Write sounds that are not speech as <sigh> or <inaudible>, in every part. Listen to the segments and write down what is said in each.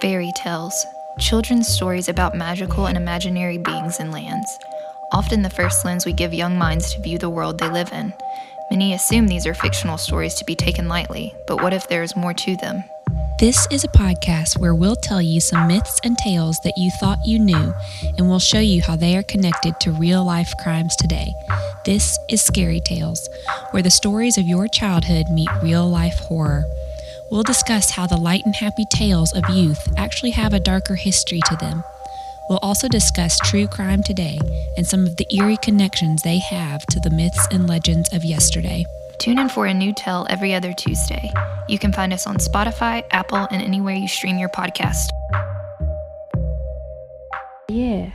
Fairy tales, children's stories about magical and imaginary beings and lands, often the first lens we give young minds to view the world they live in. Many assume these are fictional stories to be taken lightly, but what if there is more to them? This is a podcast where we'll tell you some myths and tales that you thought you knew, and we'll show you how they are connected to real life crimes today. This is Scary Tales, where the stories of your childhood meet real life horror. We'll discuss how the light and happy tales of youth actually have a darker history to them. We'll also discuss true crime today and some of the eerie connections they have to the myths and legends of yesterday. Tune in for a new tale every other Tuesday. You can find us on Spotify, Apple, and anywhere you stream your podcast. Yeah.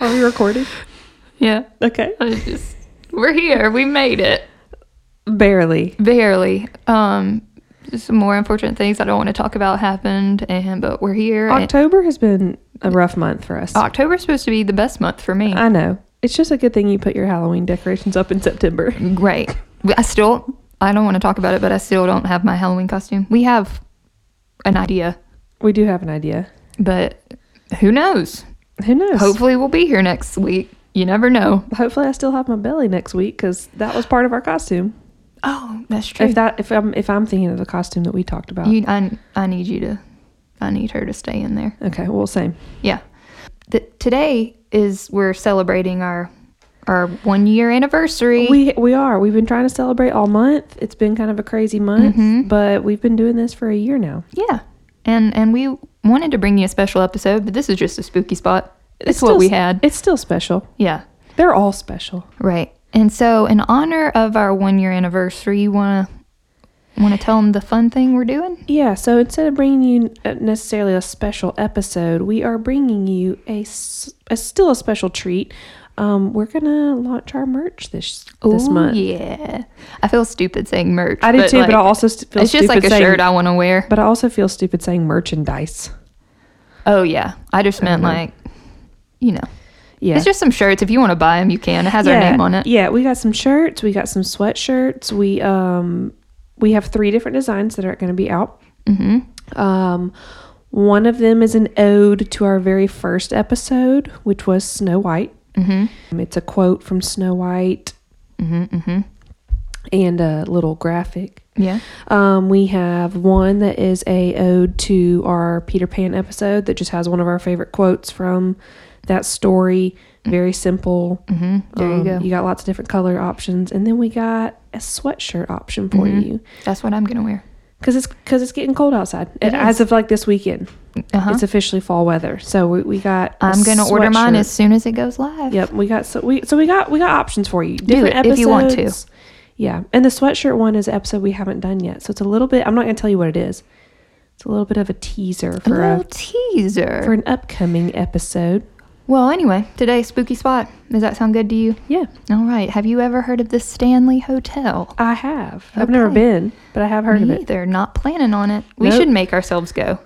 Are we recording? Yeah, Okay. just, we're here. We made it. Barely. Barely. Um, some more unfortunate things I don't want to talk about happened, and but we're here. and- October has been a rough month for us. October's supposed to be the best month for me. I know. It's just a good thing you put your Halloween decorations up in September. Great. I still, I don't want to talk about it, but I still don't have my Halloween costume. We have an idea, We do have an idea. but who knows? Who knows? Hopefully, we'll be here next week. You never know. Hopefully, I still have my belly next week because that was part of our costume. Oh, that's true. If that, if I'm, if I'm thinking of the costume that we talked about. you, I, I need you to, I need her to stay in there. okay. Well, same. Yeah. Th- today is we're celebrating our our one year anniversary. We we are. We've been trying to celebrate all month. It's been kind of a crazy month, Mm-hmm. but we've been doing this for a year now. yeah, and and we wanted to bring you a special episode, but this is just a spooky spot. It's what still we s- had. It's still special. yeah. They're all special. Right. And so, in honor of our one year anniversary, you want to want to tell them the fun thing we're doing? Yeah, so instead of bringing you uh, necessarily a special episode, we are bringing you a, s- a still a special treat. Um, we're gonna launch our merch this this Ooh, month. Yeah. I feel stupid saying merch. I do too, like, but I also st- feel it's stupid just like a saying, shirt I want to wear. But I also feel stupid saying merchandise. Oh yeah. I just meant like, you know, Yeah, it's just some shirts. If you want to buy them, you can. It has yeah, our name on it. Yeah, we got some shirts. We got some sweatshirts. We um we have three different designs that are going to be out. Mm-hmm. Um, one of them is an ode to our very first episode, which was Snow White. Mm-hmm. It's a quote from Snow White. Mm-hmm, And a little graphic. mm-hmm. Yeah. Um, we have one that is a ode to our Peter Pan episode that just has one of our favorite quotes from that story. Very simple. Mm-hmm. There you go. You got lots of different color options, and then we got a sweatshirt option for Mm-hmm. you That's what I'm gonna wear. because it's because it's getting cold outside. As of like this weekend, Uh-huh. it's officially fall weather. So we, we got. a I'm gonna order mine sweatshirt. as soon as it goes live. Yep, we got so we so we got we got options for you. it Different if you want to. episodes. Yeah, and the sweatshirt one is an episode we haven't done yet, so it's a little bit. I'm not going to tell you what it is. It's a little bit of a teaser A for a, little teaser. for an upcoming episode. well, anyway, today's spooky spot. Does that sound good to you? Yeah, All right. Have you ever heard of the Stanley Hotel? I have. I've never Okay. been, but I have heard of Me it. either. Not planning on it. We Nope. should make ourselves go.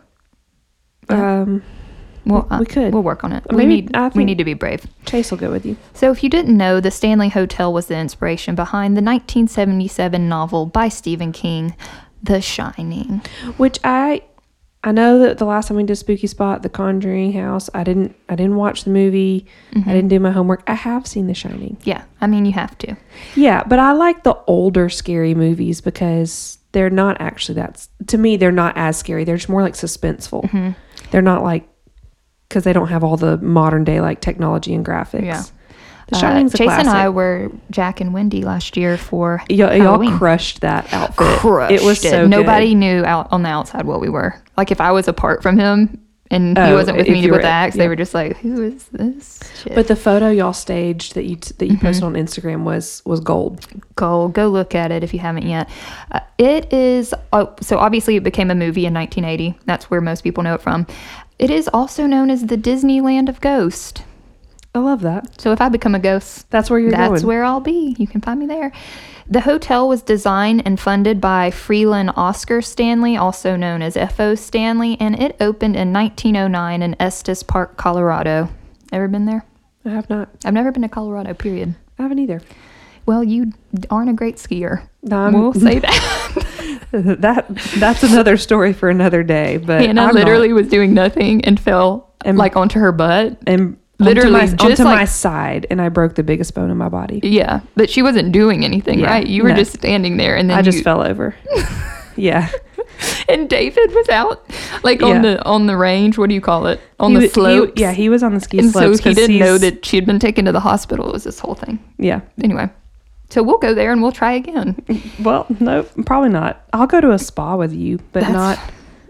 Um, Well, uh, we could. We'll work on it. we Maybe- need. I we think- need to be brave. Chase will go with you. So, if you didn't know, the Stanley Hotel was the inspiration behind the 1977 novel by Stephen King, The Shining. Which I, I know that the last time we did Spooky Spot, The Conjuring House, I didn't I didn't watch the movie. Mm-hmm. I didn't do my homework. I have seen The Shining. Yeah, I mean, you have to. Yeah, but I like the older scary movies because they're not actually that. To me, they're not as scary. They're just more like suspenseful. Mm-hmm. They're not like because they don't have all the modern day like technology and graphics. Yeah. The Shining's uh, a Chase classic. and I were Jack and Wendy last year for y'all, Halloween. y'all crushed that outfit. it was so good. Nobody knew out on the outside what we were. Like if I was apart from him and he Oh, wasn't with if me you with were- the axe, they yeah. were just like, "Who is this?" Shit. But the photo y'all staged that you t- that you posted Mm-hmm. on Instagram was was gold. go go look at it if you haven't yet uh, it is oh, so obviously it became a movie in 1980 that's where most people know it from it is also known as the disneyland of ghost I love that. so if i become a ghost That's where you're that's going. where i'll be you can find me there the hotel was designed and funded by freeland oscar stanley also known as fo stanley and it opened in 1909 in estes park colorado ever been there I have not. i've never been to colorado period I haven't either. Well, you aren't a great skier. Um, we'll <laughs> say that. <laughs> that that's another story for another day. But Hannah I'm literally not. was doing nothing and fell And- like onto her butt. and literally literally onto, my, just onto like- my side, and I broke the biggest bone in my body. Yeah, but she wasn't doing anything, Yeah, right? You were no. just standing there, and then I just you- <laughs> fell over. yeah, and David was out, like on Yeah. the on the range. What do you call it? On He the was- he- slope. yeah, he was on the ski and slopes. so he 'cause didn't know he's- that she had been taken to the hospital. It was this whole thing. Yeah. Anyway, so we'll go there and we'll try again. Well, no, probably not. I'll go to a spa with you, but That's- not.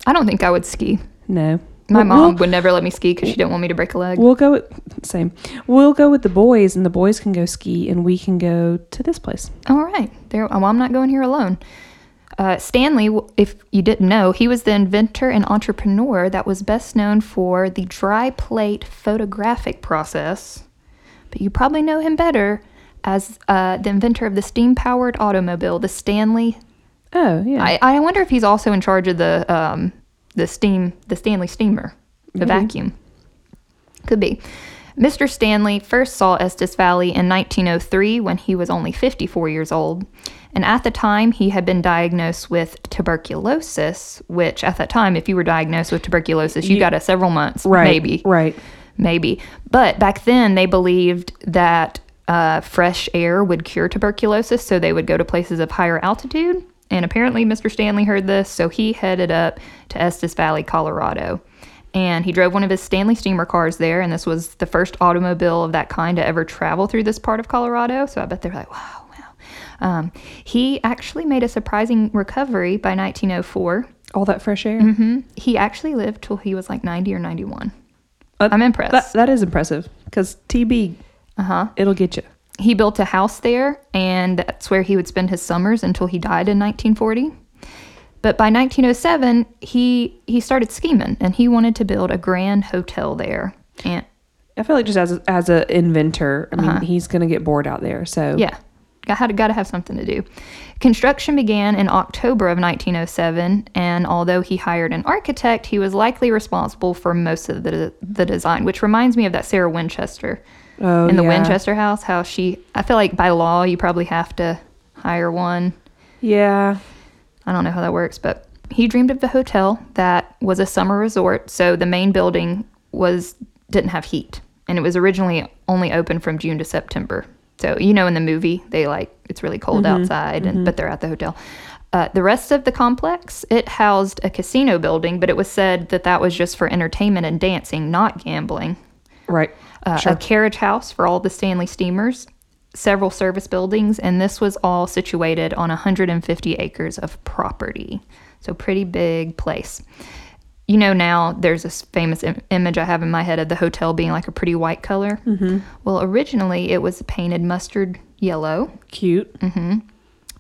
I don't think I would ski. No. My We'll- mom we'll- would never let me ski because she didn't want me to break a leg. We'll go with, same. We'll go with the boys, and the boys can go ski, and we can go to this place. All right. There. Well, I'm not going here alone. Uh, Stanley, w- if you didn't know, he was the inventor and entrepreneur that was best known for the dry plate photographic process. But you probably know him better as uh, the inventor of the steam powered automobile, the Stanley. Oh yeah, I, I wonder if he's also in charge of the um, the steam the Stanley steamer, the vacuum. Could be. Mr. Stanley first saw Estes Valley in 1903 when he was only 54 years old, and at the time he had been diagnosed with tuberculosis, which at that time, if you were diagnosed with tuberculosis, you, got a several months, right, maybe, right. maybe. But back then they believed that uh, fresh air would cure tuberculosis, so they would go to places of higher altitude. And apparently, Mr. Stanley heard this, so he headed up to Estes Valley, Colorado. And he drove one of his Stanley steamer cars there, and this was the first automobile of that kind to ever travel through this part of Colorado. So I bet they're like, wow, wow. Um, he actually made a surprising recovery by 1904. All that fresh air. Hmm. He actually lived till he was like 90 or 91. Uh, I'm impressed. That, that is impressive because TB, Uh huh. it'll get you. He built a house there, and that's where he would spend his summers until he died in 1940. But by 1907, he he started scheming, and he wanted to build a grand hotel there. And I feel like just as a, as an inventor, I mean, he's gonna get bored out there. So Uh-huh. yeah, I had got to have something to do. Construction began in October of 1907, and although he hired an architect, he was likely responsible for most of the the design. Which reminds me of that Sarah Winchester Oh, in the yeah. Winchester house. How she, I feel like by law, you probably have to hire one. yeah, I don't know how that works, but he dreamed of the hotel that was a summer resort, so the main building was didn't have heat, and it was originally only open from June to September. So you know, in the movie, they like it's really cold outside, and but they're at the hotel. Uh, the rest of the complex it housed a casino building, but it was said that that was just for entertainment and dancing, not gambling right. uh, a carriage house for all the Stanley steamers, several service buildings, and this was all situated on 150 acres of property. So, pretty big place. You know, now there's this famous Im- image I have in my head of the hotel being like a pretty white color. Well, originally it was painted mustard yellow. Cute. Mm-hmm.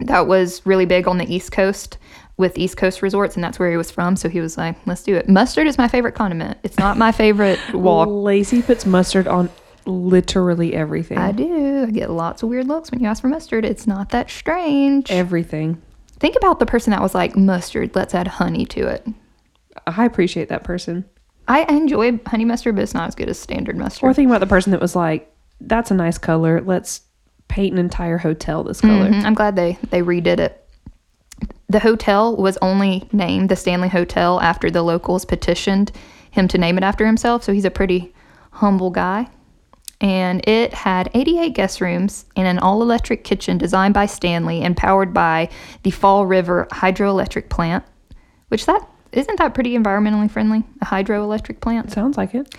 That was really big on the East Coast with East Coast resorts, and that's where he was from. So he was like, let's do it. Mustard is my favorite condiment. It's not my favorite wall Lacey puts mustard on literally everything. I do. I get lots of weird looks when you ask for mustard. It's not that strange. everything. Think about the person that was like, mustard, let's add honey to it. I appreciate that person. I enjoy honey mustard, but it's not as good as standard Or mustard. think about the person that was like, "That's a nice color. Let's paint an entire hotel this color." Mhm. I'm glad they, they redid it. The hotel was only named the Stanley Hotel after the locals petitioned him to name it after himself. So he's a pretty humble guy. And it had 88 guest rooms and an all electric kitchen designed by Stanley and powered by the Fall River hydroelectric plant, which that isn't that pretty environmentally friendly, a hydroelectric plant? Sounds like it.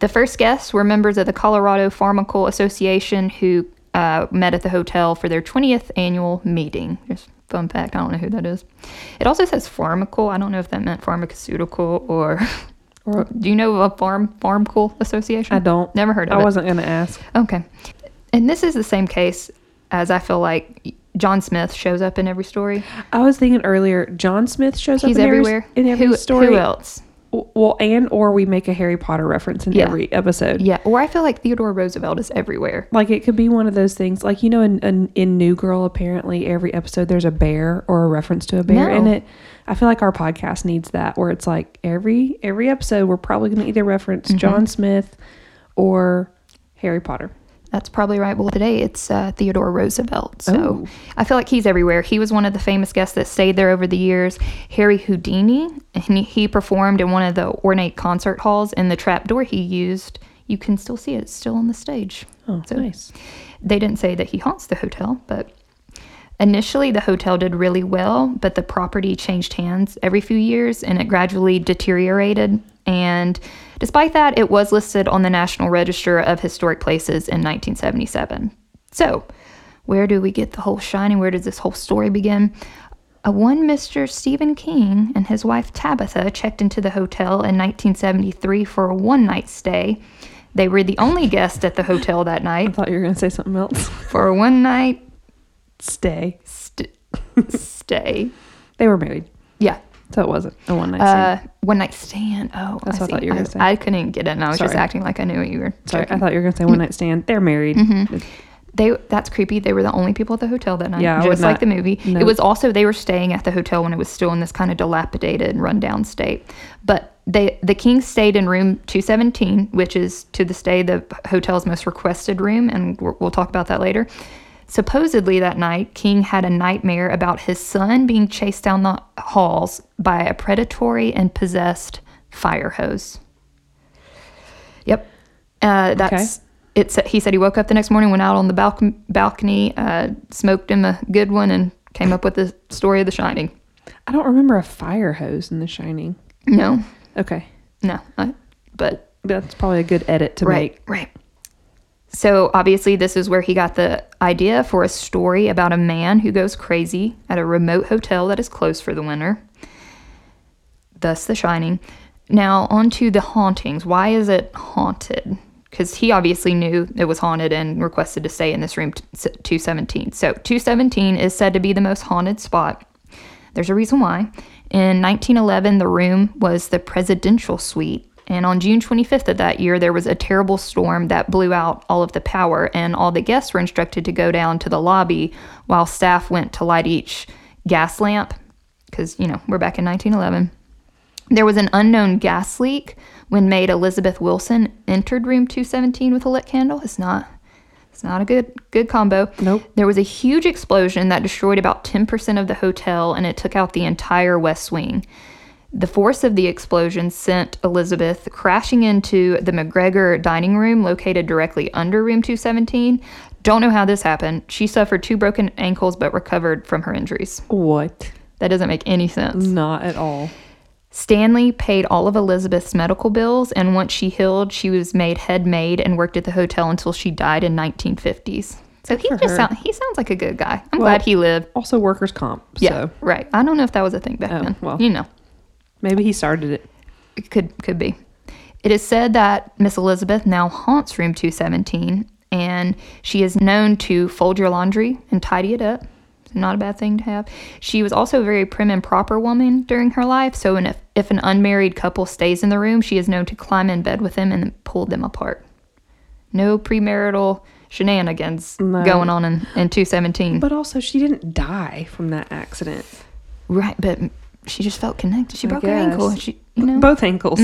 The first guests were members of the Colorado Pharmacal Association who uh, met at the hotel for their 20th annual meeting. Just fun fact, I don't know who that is. It also says pharmacal. I don't know if that meant pharmaceutical or. <laughs> Or- do you know of a farm pharmacal association? I don't. Never heard of I it. wasn't gonna ask. Okay. And this is the same case as I feel like John Smith shows up in every story. I was thinking earlier. John Smith shows He's up in everywhere. Every, in every who, story. Who else? W- Well, and or we make a Harry Potter reference in Yeah. every episode. Yeah. Or I feel like Theodore Roosevelt is everywhere. Like it could be one of those things. Like you know, in, in in New Girl, apparently every episode there's a bear or a reference to a bear in No. it. I feel like our podcast needs that, where it's like every Mm-hmm. every episode we're probably going to either reference John Smith or Harry Potter. That's probably right. Well, today it's uh, Theodore Roosevelt. Oh. So I feel like he's everywhere. He was one of the famous guests that stayed there over the years. Harry Houdini, and he performed in one of the ornate concert halls, and the trapdoor he used, you can still see it. It's still on the stage. Oh, nice. They didn't say that he haunts the hotel, but initially the hotel did really well, but the property changed hands every few years and it gradually deteriorated. And despite that, it was listed on the National Register of Historic Places in 1977. So, where do we get the whole shine and where does this whole story begin? A one Mr. Stephen King and his wife Tabitha checked into the hotel in 1973 for a one night stay. They were the only guest at the hotel that night. I thought you were going to say something else. <laughs> For a one night Stay. <laughs> st- stay. They were married, Yeah. so it wasn't a one night Uh, stand. one night stand. Oh, That's what I see. thought you were gonna say. I couldn't get it. And I was just Sorry. acting like I knew what you were. Sorry, I joking. thought you were going to say one night stand. They're married. Mm-hmm. They that's creepy. They were the only people at the hotel that night. Yeah, I just would like not- the movie. no. It was also they were staying at the hotel when it was still in this kind of dilapidated, rundown state. But they the king stayed in room 217, which is to this day the hotel's most requested room, and we're- we'll talk about that later. Supposedly that night, King had a nightmare about his son being chased down the halls by a predatory and possessed fire hose. Yep. Uh, that's it. sa- He said he woke up the next morning, went out on the balcony, balcony uh, smoked him a good one, and came up with the story of The Shining. I don't remember a fire hose in The Shining. No, Okay. no, I, but That's probably a good edit to right, make. right. So obviously, this is where he got the idea for a story about a man who goes crazy at a remote hotel that is closed for the winter. Thus, The Shining. Now, on to the hauntings. Why is it haunted? Because he obviously knew it was haunted and requested to stay in this room t- s- 217. So, 217 is said to be the most haunted spot. There's a reason why. In 1911, the room was the presidential suite. And on June 25th of that year, there was a terrible storm that blew out all of the power, and all the guests were instructed to go down to the lobby while staff went to light each gas lamp. Because, you know, we're back in 1911. There was an unknown gas leak when maid Elizabeth Wilson entered room 217 with a lit candle. It's not it's not a good good combo. Nope. There was a huge explosion that destroyed about 10% of the hotel and it took out the entire west wing. The force of the explosion sent Elizabeth crashing into the McGregor dining room located directly under room 217. Don't know how this happened. She suffered two broken ankles but recovered from her injuries. What? That doesn't make any sense. Not at all. Stanley paid all of Elizabeth's medical bills, and once she healed, she was made head maid and worked at the hotel until she died in 1950s. So he for just her. sound, he sounds like a good guy. I'm Well, glad he lived. Also, workers' comp. Yeah, So right. I don't know if that was a thing back Oh, then. well. you know, maybe he started it. it could could be. It is said that Miss Elizabeth now haunts room 217, and she is known to fold your laundry and tidy it up. It's not a bad thing to have. She was also a very prim and proper woman during her life, so an, if, if an unmarried couple stays in the room, she is known to climb in bed with them and pull them apart. No premarital shenanigans No. going on in, in 217. But also, she didn't die from that accident. right, but she just felt connected. She I broke her ankle. guess. and She, you know. Mm-hmm. Both ankles.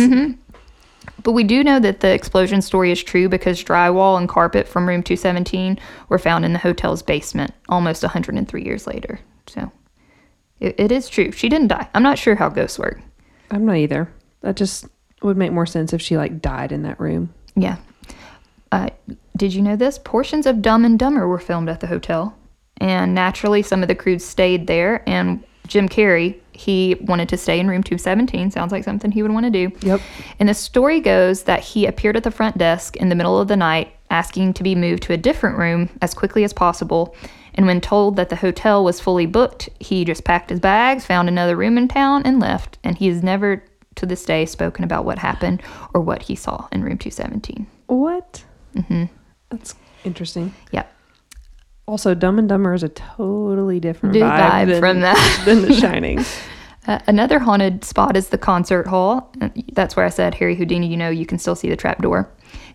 But we do know that the explosion story is true because drywall and carpet from room 217 were found in the hotel's basement almost 103 years later. So it, it is true. She didn't die. I'm not sure how ghosts work. I'm not either. That just would make more sense if she like died in that room. Yeah. Uh, did you know this? Portions of Dumb and Dumber were filmed at the hotel. And naturally, some of the crew stayed there. And Jim Carrey, he wanted to stay in room 217. Sounds like something he would want to do. Yep. And the story goes that he appeared at the front desk in the middle of the night, asking to be moved to a different room as quickly as possible. And when told that the hotel was fully booked, he just packed his bags, found another room in town, and left. And he has never to this day spoken about what happened or what he saw in room 217. What? Mm-hmm. That's interesting. Yep. Also, Dumb and Dumber is a totally different Dude vibe, vibe than, from that. <laughs> than The Shining. Uh, another haunted spot is the concert hall. Uh, That's where I said Harry Houdini, you know, you can still see the trapdoor.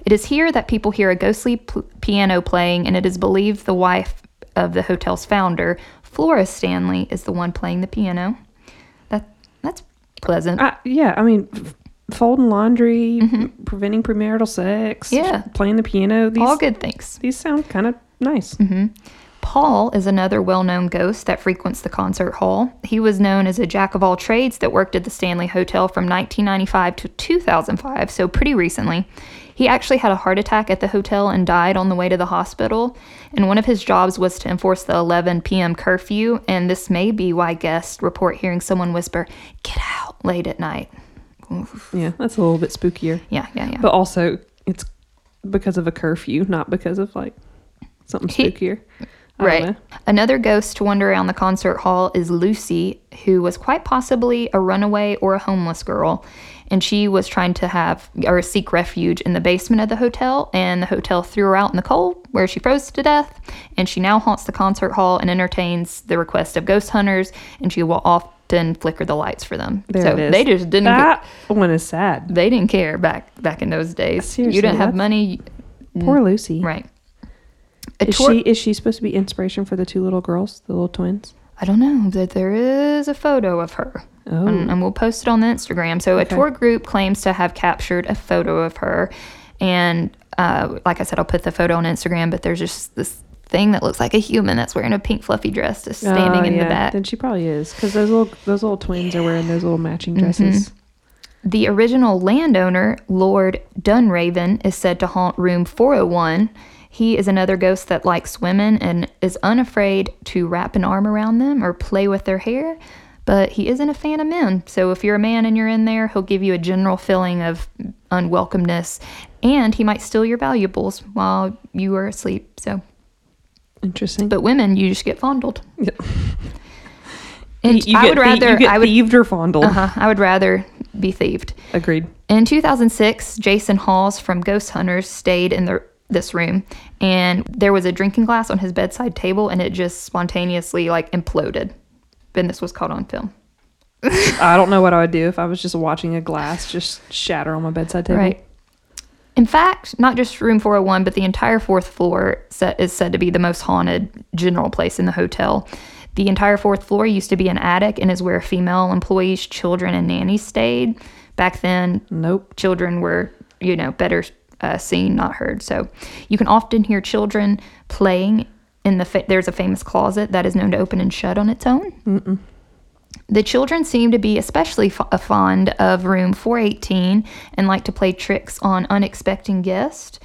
It is here that people hear a ghostly pl- piano playing, and it is believed the wife of the hotel's founder, Flora Stanley, is the one playing the piano. That That's pleasant. I, yeah, I mean, f- folding laundry, preventing premarital sex, Mm-hmm. Yeah. playing the piano. These All good things. these sound kind of nice. Mm-hmm. Paul is another well known ghost that frequents the concert hall. He was known as a jack of all trades that worked at the Stanley Hotel from 1995 to 2005, so pretty recently. He actually had a heart attack at the hotel and died on the way to the hospital. And one of his jobs was to enforce the 11 p.m. curfew. And this may be why guests report hearing someone whisper, Get out late at night. Yeah, that's a little bit spookier. Yeah, yeah, yeah. But also, it's because of a curfew, not because of like something He- spookier. I don't know. Right. Another ghost to wander around the concert hall is Lucy, who was quite possibly a runaway or a homeless girl. And she was trying to have or seek refuge in the basement of the hotel, and the hotel threw her out in the cold where she froze to death. And she now haunts the concert hall and entertains the request of ghost hunters, and she will often flicker the lights for them. There so it is. they just didn't ca- That one is sad. they didn't care back back in those days. Seriously, you didn't have that's- money, Poor Lucy. Mm. right? A Is tour- she is she supposed to be inspiration for the two little girls, the little twins? I don't know that there is a photo of her. Oh. And, and we'll post it on the Instagram. So a tour group claims to have captured a photo of her. And uh, like I said, I'll put the photo on Instagram, but there's just this thing that looks like a human that's wearing a pink fluffy dress just standing Oh, in yeah, the back. Then she probably is because those little those little twins are wearing those little matching Mm-hmm. dresses. The original landowner, Lord Dunraven, is said to haunt room 401. He is another ghost that likes women and is unafraid to wrap an arm around them or play with their hair, but he isn't a fan of men. So if you're a man and you're in there, he'll give you a general feeling of unwelcomeness and he might steal your valuables while you are asleep. So, Interesting. but women, you just get fondled. Yep. And I would rather you get I would thieved or fondled. uh I would rather be thieved. Agreed. In 2006, Jason Halls from Ghost Hunters stayed in the, this room, and there was a drinking glass on his bedside table, and it just spontaneously like imploded. Then this was caught on film. I don't know what I would do if I was just watching a glass just shatter on my bedside table. Right. In fact, not just room 401, but the entire fourth floor set is said to be the most haunted general place in the hotel. The entire fourth floor used to be an attic and is where female employees, children, and nannies stayed. Back then, Nope. children were, you know, better uh, seen, not heard. So you can often hear children playing in the. Fa- there's a famous closet that is known to open and shut on its own. The children seem to be especially f- uh, fond of room 418 and like to play tricks on unexpected guests.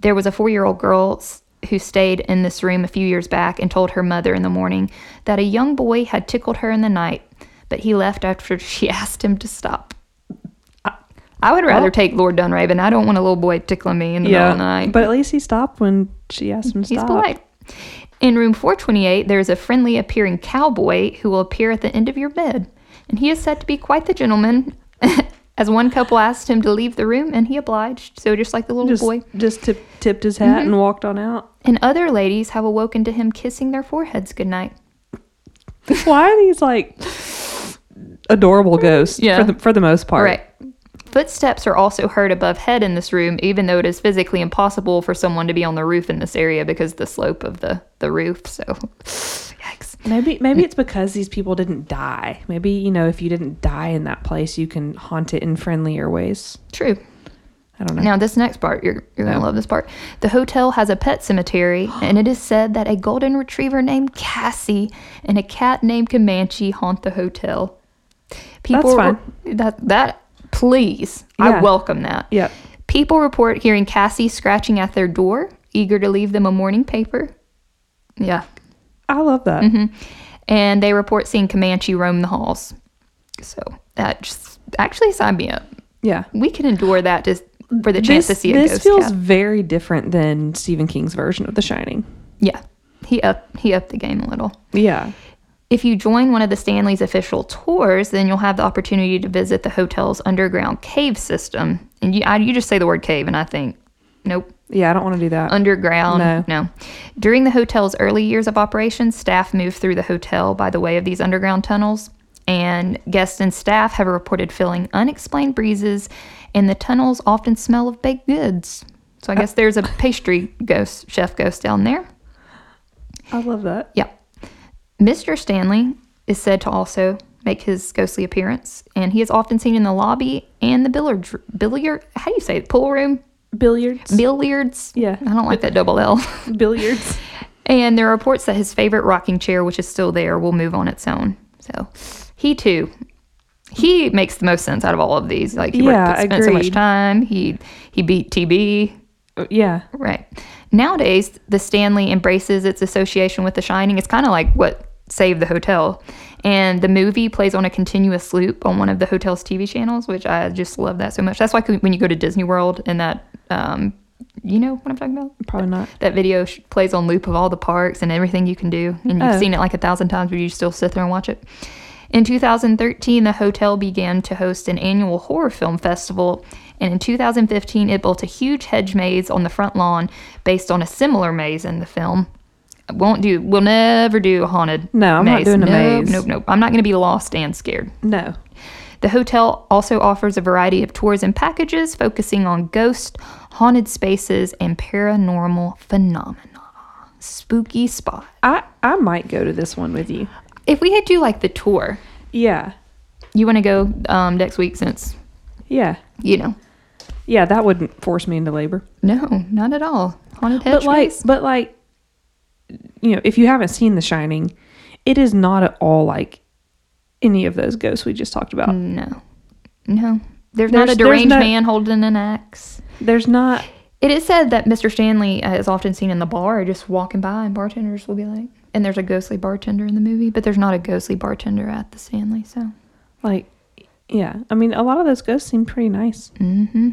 There was a four year old girl s- who stayed in this room a few years back and told her mother in the morning that a young boy had tickled her in the night, but he left after <laughs> she asked him to stop. Uh, I would rather take Lord Dunraven. I don't want a little boy tickling me in the middle of the Yeah. night. But at least he stopped when she asked him to He's stop. polite. In room 428, there is a friendly appearing cowboy who will appear at the end of your bed, and he is said to be quite the gentleman. <laughs> As one couple asked him to leave the room, and he obliged. So just like the little Just boy, Mm-hmm. just tip, tipped his hat and walked <laughs> on out. and other ladies have awoken to him kissing their foreheads goodnight. Why are these like adorable ghosts? Yeah. For the, for the most part. Right. Footsteps are also heard above head in this room, even though it is physically impossible for someone to be on the roof in this area because the slope of the the roof. So, <laughs> yikes. Maybe maybe it's because these people didn't die. Maybe you know if you didn't die in that place, you can haunt it in friendlier ways. True. I don't know. Now, this next part, you're, you're going to love this part. The hotel has a pet cemetery, and it is said that a golden retriever named Cassie and a cat named Comanche haunt the hotel. People fine. that that please, Yeah. I welcome that. Yep. People report hearing Cassie scratching at their door, eager to leave them a morning paper. Yeah. I love that. Mm-hmm. And they report seeing Comanche roam the halls. So that just actually signed me up. Yeah. We can endure that just for the chance to see a this ghost feels cat. very different than Stephen King's version of The Shining. Yeah, he up he upped the game a little. Yeah. If you join one of the Stanley's official tours, then you'll have the opportunity to visit the hotel's underground cave system. And you, I, you just say the word cave, and I think, nope, Yeah, I don't want to do that. underground. No. During the hotel's early years of operation, staff moved through the hotel by the way of these underground tunnels, and guests and staff have reported feeling unexplained breezes, and the tunnels often smell of baked goods. So I guess there's a pastry ghost, chef ghost down there. I love that. Yeah. Mr. Stanley is said to also make his ghostly appearance, and he is often seen in the lobby and the billiard billiard. How do you say it? Pool room, Billiards. billiards. Yeah. I don't like that double L. <laughs> Billiards. and there are reports that his favorite rocking chair, which is still there, will move on its own. So he too, he makes the most sense out of all of these. Like he worked- Yeah, spent so much agreed. time. He he beat TB. Uh, yeah. Right. Nowadays, the Stanley embraces its association with The Shining. It's kind of like what saved the hotel. And the movie plays on a continuous loop on one of the hotel's TV channels, which I just love that so much. That's why when you go to Disney World and that, um, you know what I'm talking about? Probably not. That video sh- plays on loop of all the parks and everything you can do. And you've Oh. seen it like a thousand times, but you still sit there and watch it. In 2013, the hotel began to host an annual horror film festival. And in 2015, it built a huge hedge maze on the front lawn based on a similar maze in the film. Won't do, we'll never do a haunted No, I'm not maze. doing a nope, maze. Nope, nope. I'm not going to be lost and scared. No. The hotel also offers a variety of tours and packages focusing on ghosts, haunted spaces, and paranormal phenomena. Spooky spot. I I might go to this one with you. If we had to like the tour, Yeah. you want to go um, next week since, Yeah. you know, Yeah, that wouldn't force me into labor. no, not at all. Haunted hedge But like maze? but like you know, if you haven't seen The Shining, it is not at all like any of those ghosts we just talked about. No. No. There's, not a There's- there's deranged no- man holding an axe. There's not It is said that Mr. Stanley uh, is often seen in the bar just walking by, and bartenders will be like, and there's a ghostly bartender in the movie, but there's not a ghostly bartender at the Stanley, so. like yeah. I mean a lot of those ghosts seem pretty nice. Mm-hmm.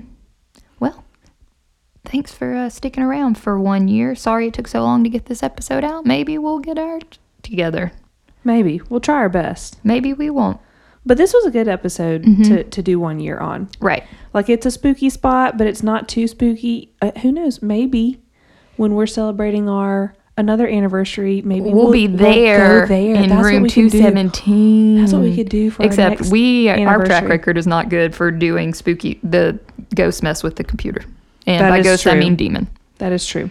Well, thanks for uh, sticking around for one year. Sorry it took so long to get this episode out. Maybe we'll get our t- together. Maybe. We'll try our best. Maybe we won't. But this was a good episode to, to do one year on. Right. Like it's a spooky spot, but it's not too spooky. Uh, who knows? Maybe when we're celebrating our another anniversary, maybe We'll, be we'll there, go there. in That's what room we can do. 217. That's what we could do for our Except next we our track anniversary. record is not good for doing spooky the ghost mess with the computer. And That by is ghost I true. Mm-hmm. mean demon. That is true.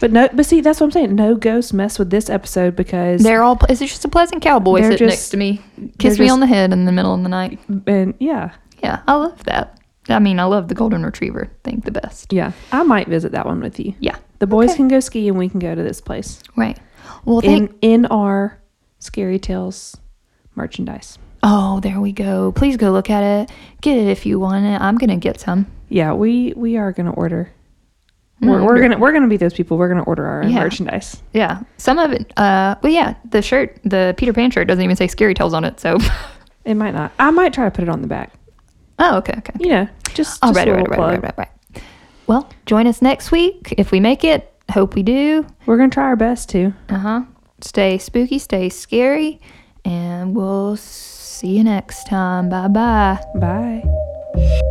But no, but see, that's what I'm saying. No ghosts mess with this episode because They're all it's just a pleasant cowboy They're sitting just- next to me. Kiss they're me just- on the head in the middle of the night. and yeah, Yeah, I love that. I mean, I love the golden retriever thing the best. yeah. I might visit that one with you. Yeah. The boys Okay. can go ski and we can go to this place Right. Well, thank. in in our scary tales merchandise. oh, there we go. Please go look at it. Get it if you want it. I'm gonna get some. Yeah, we we are gonna order. We're, we're gonna we're gonna be those people. We're gonna order our own Hmm. Yeah. merchandise. Yeah, some of it. Uh, but yeah, the shirt, the Peter Pan shirt, doesn't even say Scary Tales on it. <laughs> So, It might not. I might try to put it on the back. oh, okay, okay. You know, just, All just right, a all right, all little right, all plug. right, all right, all right. Well, join us next week if we make it. Hope we do. We're gonna try our best to. Uh huh. Stay spooky, stay scary, and we'll see you next time. Bye bye. Bye.